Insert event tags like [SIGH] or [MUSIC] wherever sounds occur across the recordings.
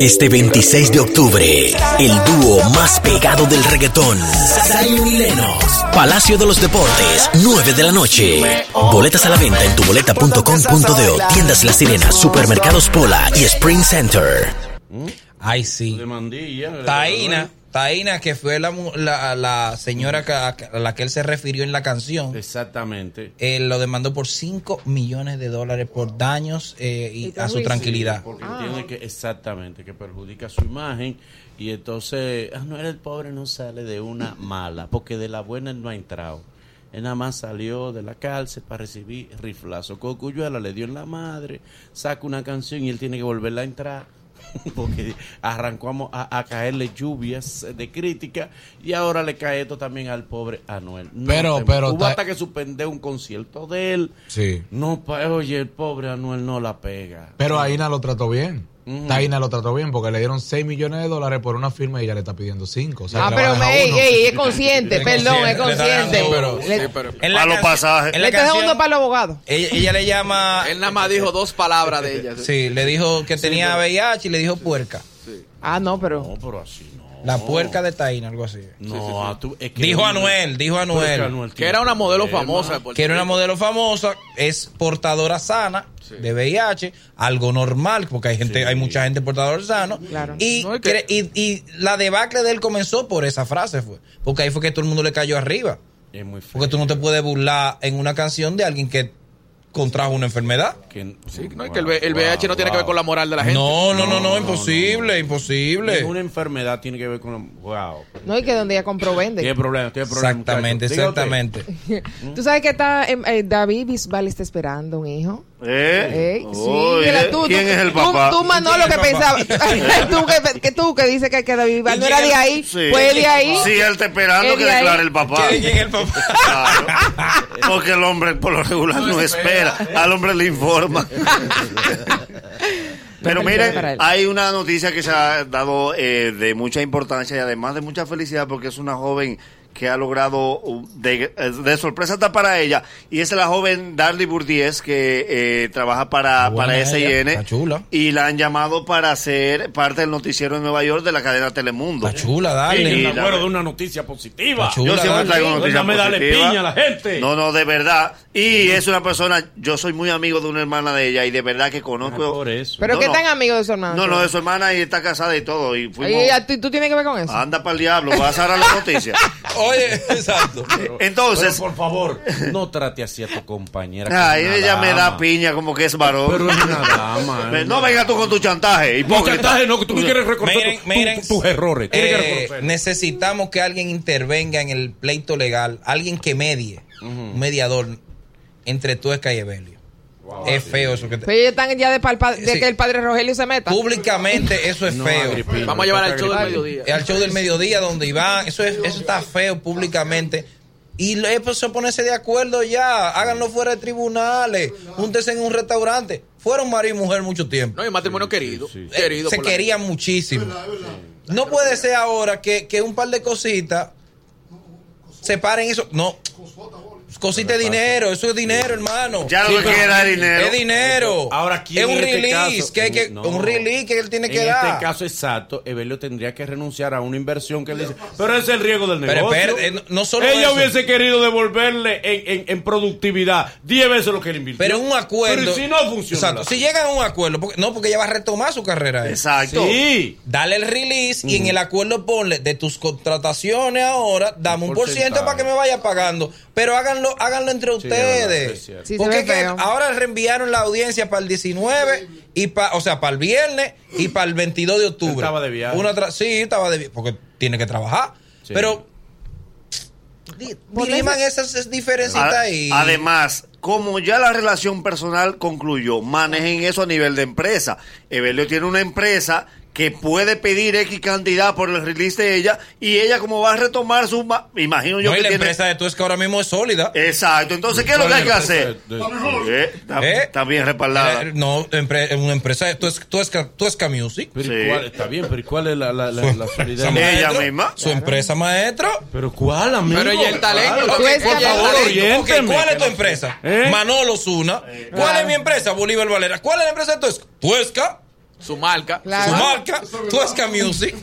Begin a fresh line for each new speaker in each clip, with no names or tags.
Este 26 de octubre, el dúo más pegado del reggaetón, Zion y Lennox, Palacio de los Deportes, 9 de la noche. Boletas a la venta en tuboleta.com.de, tiendas La Sirena, supermercados Pola y Spring Center.
Ay, sí.
Demandilla.
Taina, Taina, que fue la, mu- la- la señora que- a la que él se refirió en la canción,
Exactamente.
eh, lo demandó por 5 millones de dólares por daños eh, y
Y
a su
perjuicio.
tranquilidad.
Porque entiende que exactamente que perjudica su imagen y entonces, ah, no era el pobre, no sale de una mala, porque de la buena él no ha entrado. Él nada más salió de la cárcel para recibir riflazo. Cocuyuela le dio en la madre, saca una canción y él tiene que volverla a entrar. [LAUGHS] Porque arrancamos a, a caerle lluvias de crítica y ahora le cae esto también al pobre Anuel. No,
Pero-
te-
pero
Hubo
ta-
hasta que suspender un concierto de él.
Sí.
No, pa- oye, el pobre Anuel no la pega.
Pero Aina lo trató bien. Aina lo trató bien porque le dieron 6 millones de dólares por una firma y ella le está pidiendo 5. O sea,
Ah,
le
pero
baja
ey,
uno.
ey, es
[LAUGHS]
consciente, perdón, es consciente.
Sí,
pero-
Le-
sí, pero-
En la
Pa' los
canción-
pasajes.
le
en la
está
canción,
dejando para los abogados.
ella, ella le llama,
[LAUGHS]
Él nada más dijo dos palabras de ella.
sí, le dijo que tenía VIH y le dijo puerca.
Ah, no, pero.
No, pero así no.
La puerca de Taina, algo así.
No, ah, tú- es que-
Dijo Anuel, dijo
Pero es que
Anuel.
Anuel
Que
tiene
era una modelo
problema.
famosa. de Puerto
que era una
Rico.
modelo famosa, es portadora sana de VIH, algo normal, porque hay gente, hay mucha gente portadora sana.
Claro.
Y,
No, es
cre-
que-
y- y la debacle de él comenzó por esa frase, fue. Porque ahí fue que todo el mundo le cayó arriba.
Es muy feo.
Porque tú no te puedes burlar en una canción de alguien que contrajo una enfermedad.
Que-
Sí, no, y que el, V- el VIH no tiene que ver con la moral de la gente.
No, no, no, no, imposible, imposible.
Ninguna enfermedad tiene que ver con... la- Wow.
No, y que donde ella compró vende.
Tiene problema, tiene problema.
Exactamente,
muchacho. Diga usted.
exactamente.
Tú sabes que está em, eh, David Bisbal está esperando un hijo.
¿Eh?
Ey, sí,
Oye,
mira, tú,
¿eh? ¿Quién
tú-
es el
tú-
papá?
Tú, Manolo,
¿Quién
que
es el
pensaba. [LAUGHS]
papá?
tú, que, que tú, que dices que, que David Bisbal no era de ahí.
Sí.
Fue de ahí.
Sí, él está
Es
esperando que
de ahí.
declare el papá.
¿Quién es el papá?
Claro. Porque el hombre por lo regular no espera, al hombre le [LAUGHS] informa. Pero
No,
miren,
para él.
hay una noticia que se ha dado eh, de mucha importancia y además de mucha felicidad porque es una joven que ha logrado uh, de, eh, de sorpresa hasta para ella y es la joven Darly Burdiez que eh, trabaja para,
Está buena
para
ella,
SIN
está chula.
y la han llamado para ser parte del noticiero en Nueva York de la cadena Telemundo.
La chula,
Sí,
dale.
me
Sí,
acuerdo
la-
de una noticia positiva.
La chula.
Yo siempre
dale.
traigo noticias
Déjame darle
positivas.
piña a la gente.
No, no, de verdad. Y es una persona, yo soy muy amigo de una hermana de ella y de verdad que conozco.
Ah, por eso.
Pero
No,
que
no.
tan amigo de su hermano.
No, no, de su hermana y está casada y todo. Y
Y
fuimos. Ah.
ella- ¿tú, tú tienes que ver con eso.
Anda para el diablo, vas a dar la noticia.
Oye, [LAUGHS] exacto.
Entonces,
Pero, por favor, no trate así a tu compañera. que
ay,
es una
ella me da
dama.
piña como que es varón.
Pero es
[LAUGHS]
una dama. eh.
Pero
es
no
una-
venga tú con tu chantaje,
No,
hipócrita.
chantaje, no, que tú no quieres reconocer
Miren,
tu-
miren,
tu- tus errores. Tienes que
eh,
reconocer.
necesitamos que alguien intervenga en el pleito legal, alguien que medie, un mediador entre Tuesca y Evelio. es feo eso que te-
Pero Pues ellos están ya de, pa'l pa- de
Sí.
que el padre Rogelio se meta.
públicamente eso es
No,
feo. Eh,
Agripino,
Vamos a llevar
no
al show del
Agripino.
mediodía.
Al show del mediodía donde Iván, eso es, eso está feo públicamente. Y lo- es por eso ponerse de acuerdo ya, háganlo fuera de tribunales, júntense en un restaurante. Fueron marido y mujer mucho tiempo.
No, y matrimonio querido.
sí, sí.
Eh,
Querido.
se
por la-
querían muchísimo. No puede ser ahora que, que un par de cositas separen eso. No. Cosita de dinero, eso es dinero, hermano.
Ya lo que queda es dinero.
Es dinero.
Ahora, ¿quién
es un
en este
release
caso?
que hay que
No.
un release que él tiene que
en
dar.
este caso exacto, Evelio tendría que renunciar a una inversión que le dice. Pero ese es el riesgo del
Pero,
negocio.
pero, eh, no- no solo
Ella
eso.
hubiese querido devolverle en, en- en productividad 10 veces lo que le invirtió.
pero en un acuerdo.
Pero ¿y si no funciona.
Exacto, Si llegan a un acuerdo, porque- no, porque ella va a retomar su carrera. eh.
Exacto.
Sí.
Dale el release y en el acuerdo ponle de tus contrataciones ahora, dame un por ciento
Porcentaje.
para que me vaya pagando. Pero háganlo, háganlo entre
verdad, es
ustedes.
cierto.
Sí, se
Porque
ve
es que
feo.
ahora reenviaron la audiencia para el 19 y pa- o sea, para el viernes y para el 22 de octubre.
Estaba de viaje.
Una tra- sí, estaba de viaje, porque tiene que trabajar.
Sí.
Pero di- diriman esas esas diferencitas
A-
ahí.
Además, como ya la relación personal concluyó, manejen eso a nivel de empresa. Evelio tiene una empresa que puede pedir X cantidad por el release de ella y ella como va a retomar su... ma- me Imagino yo
No, y
que
la
tiene... Eh,
empresa de tú es que ahora mismo es sólida.
Exacto, entonces, ¿qué es lo que hay que hacer?
De- de-
Eh, está,
¿Eh?
está bien respaldada.
Eh, No, empre- una empresa de tú es, tú es, tú es Music.
Pero
Sí.
¿y cuál? está bien, pero ¿y ¿cuál es la, la, la, la
Esa
solidaridad?
mujer- Ella
maestro,
misma.
Su empresa maestro.
Pero ¿cuál, amigo?
Pero ella el talento.
Tú
porque-
es
porque-
talento.
favor,
Pues Ahora,
oriénteme.
ok, ¿Cuál es tu empresa?
¿Eh?
Manolo Zuna. ¿Cuál es mi empresa? Bolívar Valera. ¿Cuál es la empresa de Tuesca? Tuesca.
su marca.
Ah.
Claro.
Su marca, Tuesca Music.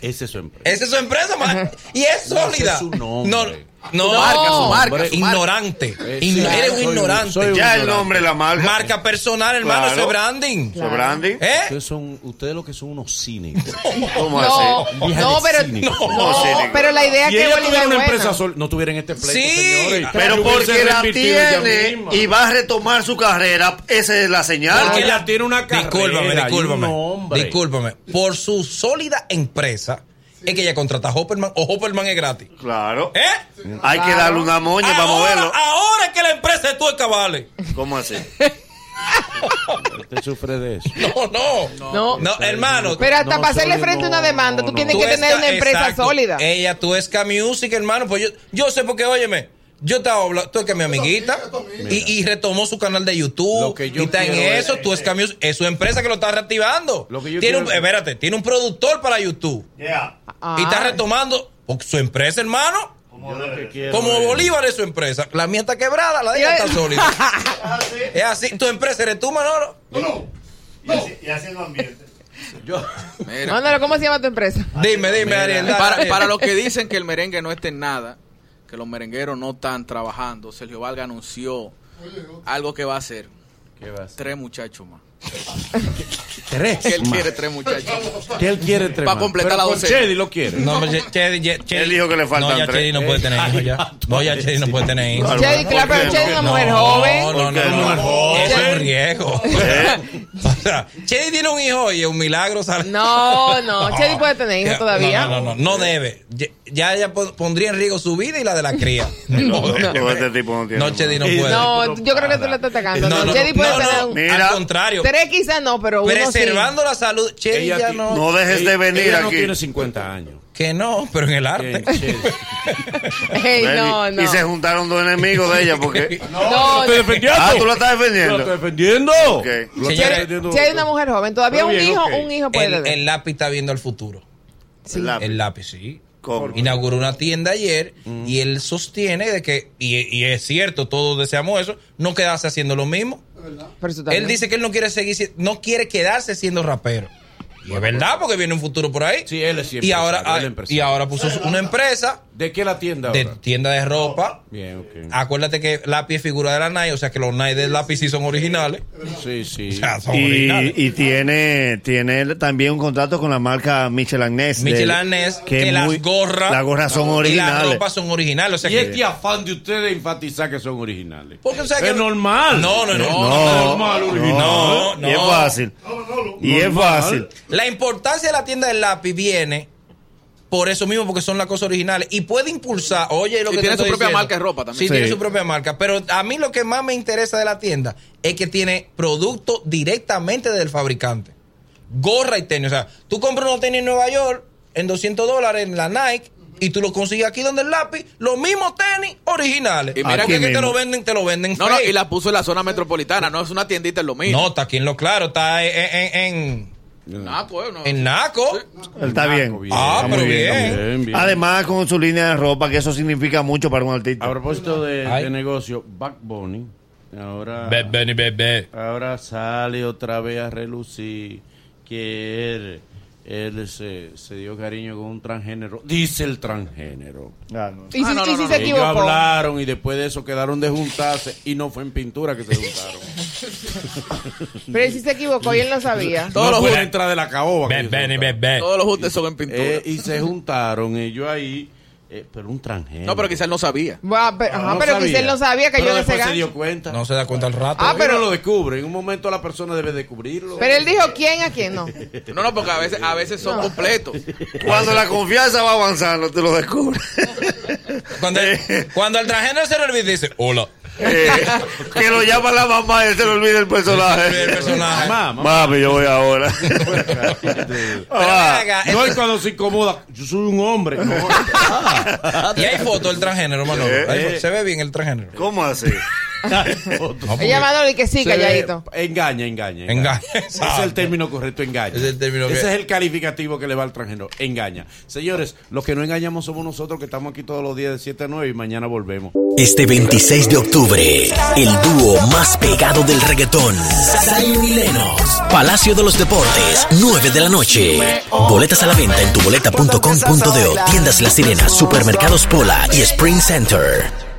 Esa es su empresa.
Esa es su empresa, man. Y es
No, ese
sólida.
es su nombre.
no,
Su marca, su marca, su marca.
Ignorante.
Eh,
Ign-
sí,
eres un
soy un-
ignorante.
soy un-
Ya el nombre, la marca.
Marca personal, hermano,
Claro.
eso es branding.
Su branding.
¿Eh?
Ustedes, son, ustedes lo que son unos cínicos.
¿Cómo
No,
así?
Vieja
no,
de
pero,
cine.
no,
No, cínico.
pero la idea
Si
que
ella
Bolívar
tuviera
es
una
buena.
empresa sol, no tuviera en este pleito,
Sí.
señores.
Pero
Hubiese
porque la
reinvertido ella
tiene
misma.
y va a retomar su carrera, esa es la señal.
Porque ella tiene una carrera.
Discúlpame,
y un
discúlpame.
nombre.
Discúlpame. Por su sólida empresa, es que ella contrata a Hopperman o Hopperman es gratis.
Claro.
¿Eh?
Hay que darle una moña para
ahora,
moverlo.
ahora es que la empresa es tuerca, vale. [LAUGHS]
¿Cómo así?
Usted sufre de eso.
No, no.
No.
No, hermano.
Pero hasta
No,
para hacerle
soy-
frente a una
no,
demanda,
no,
tú
no.
tienes que
Tuesca,
tener una empresa
exacto.
sólida.
Ella tuesca music, hermano. Pues yo, yo sé porque, óyeme, yo estaba hablando, tuesca mi amiguita y, y retomó su canal de YouTube.
Lo que yo
y está en
quiero
eso,
es-
tuesca music, es su empresa que lo está reactivando.
Lo que
tiene
yo quiero
un-
es-
espérate, tiene un productor para YouTube.
Yeah.
Ah.
Y está retomando por su empresa, hermano.
¿Cómo debe de ser?
Como Bolívar es su empresa. La mía está quebrada, la de ella
[LAUGHS] Ya-
está sólida.
[LAUGHS]
es así, tu empresa eres tú, Manolo.
Y así- Y haciendo ambiente.
Mira,
Mándalo, ¿cómo se llama tu empresa?
Dime, dime, Ariel. dale,
para,
Ariel.
para los que dicen que el merengue no está en nada, que los merengueros no están trabajando, Sergio Valga anunció algo que va a hacer.
¿Qué va a hacer?
Tres muchachos más.
Tres.
Que él quiere tres muchachos.
¿Qué él quiere tres
Pa'
más?
completar
Pero
la
con
docena.
Chedi lo quiere.
No, hombre, Che- Chedi, Che- Chedi-
Él dijo que le faltan
No, ya
tres.
Chedi no puede tener hijos ya. No, ya Chedi no puede tener hijos.
Claro.
Chedi, claro, pero
¿Por qué?
Chedi es una
No,
mujer
No,
joven.
no, no.
Porque es
no.
joven.
Eso es un riesgo. [LAUGHS] O sea, Chedi tiene un hijo y es un milagro, ¿sabes?
No, no, Chedi puede tener hijos
Ya,
todavía.
No, no, no, no, no debe. Ya- Ya ella po- pondría en riesgo su vida y la de la cría.
[LAUGHS] No,
No, debe.
este tipo no tiene.
No, Chedi no
Eh,
puede.
No, yo creo que tú la estás atacando. Ah, No, Chedi puede
no,
tener
no,
un-
Mira.
al contrario.
Tres quizás no, pero uno sí.
Preservando la salud. Chedi
Ella
ya
ti-
no.
No dejes de
Ella-
venir
ella no
aquí.
tiene 50 años.
Que no, pero en el arte.
Bien, Chedi.
Ey, no, no.
Y se juntaron dos enemigos de ella
[LAUGHS]
porque.
No,
Estoy
no.
defendiendo.
Ah, tú la estás
Yo
defendiendo.
estoy defendiendo. Lo estoy
Señores,
defendiendo.
Si hay una mujer joven, todavía
Muy
un
bien,
hijo,
ok.
un hijo puede
El,
tener.
el lápiz está viendo al futuro.
El lápiz.
El lápiz, sí.
¿Cómo?
Inauguró una tienda ayer
Mm.
y él sostiene de que, y, y es cierto, todos deseamos eso, no quedarse haciendo lo mismo.
Pero eso
Él
también.
dice que él no quiere seguir, si- no quiere quedarse siendo rapero. Y es verdad, porque viene un futuro por ahí.
Sí, él es siempre
y ahora,
empresario, él
ah,
es
y
empresario.
ahora puso una empresa
¿De qué la tienda ahora?
de Ah. tienda de ropa.
Bien, ok.
Acuérdate que lápiz es figura de la Nike, o sea que los Nike de lápiz sí son originales.
Sí, sí.
O sea, son originales.
Y, y tiene, tiene también un contrato con la marca Michel Agnès. de-
Michel Arnés, que,
es muy-
las gorras
Las gorras son
y las
originales.
ropas son originales. O sea
Y
que,
este afán de ustedes de enfatizar que son originales.
Porque, o sea, que-
es normal.
No, no, no.
es normal,
no,
original.
no, no.
Y es fácil. Y es
Normal.
fácil.
La importancia de la tienda del lápiz viene por eso mismo, porque son las cosas originales. Y puede impulsar, oye, lo que
Y
te
tiene su
estoy
propia
diciendo.
marca de ropa también.
Sí,
Sí.
tiene su propia marca. Pero a mí lo que más me interesa de la tienda es que tiene producto directamente del fabricante. Gorra y tenis. O sea, tú compras unos tenis en Nueva York en 200 dólares en la Nike y tú lo consigues aquí donde el lápiz, los mismos tenis originales.
Y mira
Porque
aquí
es que te
mismo.
lo venden, te lo venden
No, no,
fake.
y la puso en la zona metropolitana, no es una tiendita, es lo mismo.
No, está aquí en lo claro, está en- en- en,
Ah, pues, no.
en Naco.
Está bien.
Ah,
pero
bien.
Además, con su línea de ropa, que eso significa mucho para un artista.
A propósito de,
Ay.
de negocio, Backbone, ahora,
Benny, bebé.
ahora sale otra vez a relucir que él, él se, se dio cariño con un transgénero. Dice el transgénero.
Ah, no.
Y si, y
Ah, no, no,
si se
no, no.
Ellos
equivocó.
hablaron y después de eso quedaron de juntarse y no fue en pintura que
[LAUGHS]
se juntaron.
Pero él sí se equivocó y él no sabía.
Todos
no
los
fue la
juntes,
entrada de la caoba. que se juntaron.
todos los juntes son en pintura.
Eh, y se juntaron ellos ahí, eh, pero un transgénero.
no, pero quizás él no sabía.
Va, Ah, pe- ajá, pero
sabía.
quizás él no sabía que
Pero
yo de ese
después se
gancho.
dio cuenta.
No se da cuenta el
[LAUGHS]
rato.
Ah,
Uno
pero-
lo descubre. En un momento la persona debe descubrirlo.
Pero él dijo quién a
[LAUGHS]
quién no.
No, no, porque a veces, a veces son completos.
Cuando la confianza va avanzando, tú lo descubres.
Cuando,
Eh.
cuando el transgénero se lo olvida, dice: Hola.
[LAUGHS] Eh, que lo llama la mamá y se le olvida el personaje.
[LAUGHS]
El personaje.
Ah, Mamá,
Mami, yo voy ahora.
Pero ven
Ah,
acá,
No es
esto-
cuando se incomoda. Yo soy un hombre. [LAUGHS] No,
y hay foto del transgénero, Manolo.
Eh,
Hay
eh.
foto. Se ve bien el transgénero.
¿Cómo así?
No,
He llamado y que sí,
Se ve-
calladito.
Engaña, engaña.
Engaña,
Ese es el
exacto.
término correcto, engaña.
Es el término
Ese
que-
es el calificativo que le va al transgénero, engaña. Señores, los que no engañamos somos nosotros que estamos aquí todos los días de 7 a 9 y mañana volvemos.
Este 26 de octubre, el dúo más pegado del reggaetón. Zion y Lennox. Palacio de los Deportes, 9 de la noche. Boletas a la venta en tuboleta.com.de, tiendas La Sirena, supermercados Pola y Spring Center.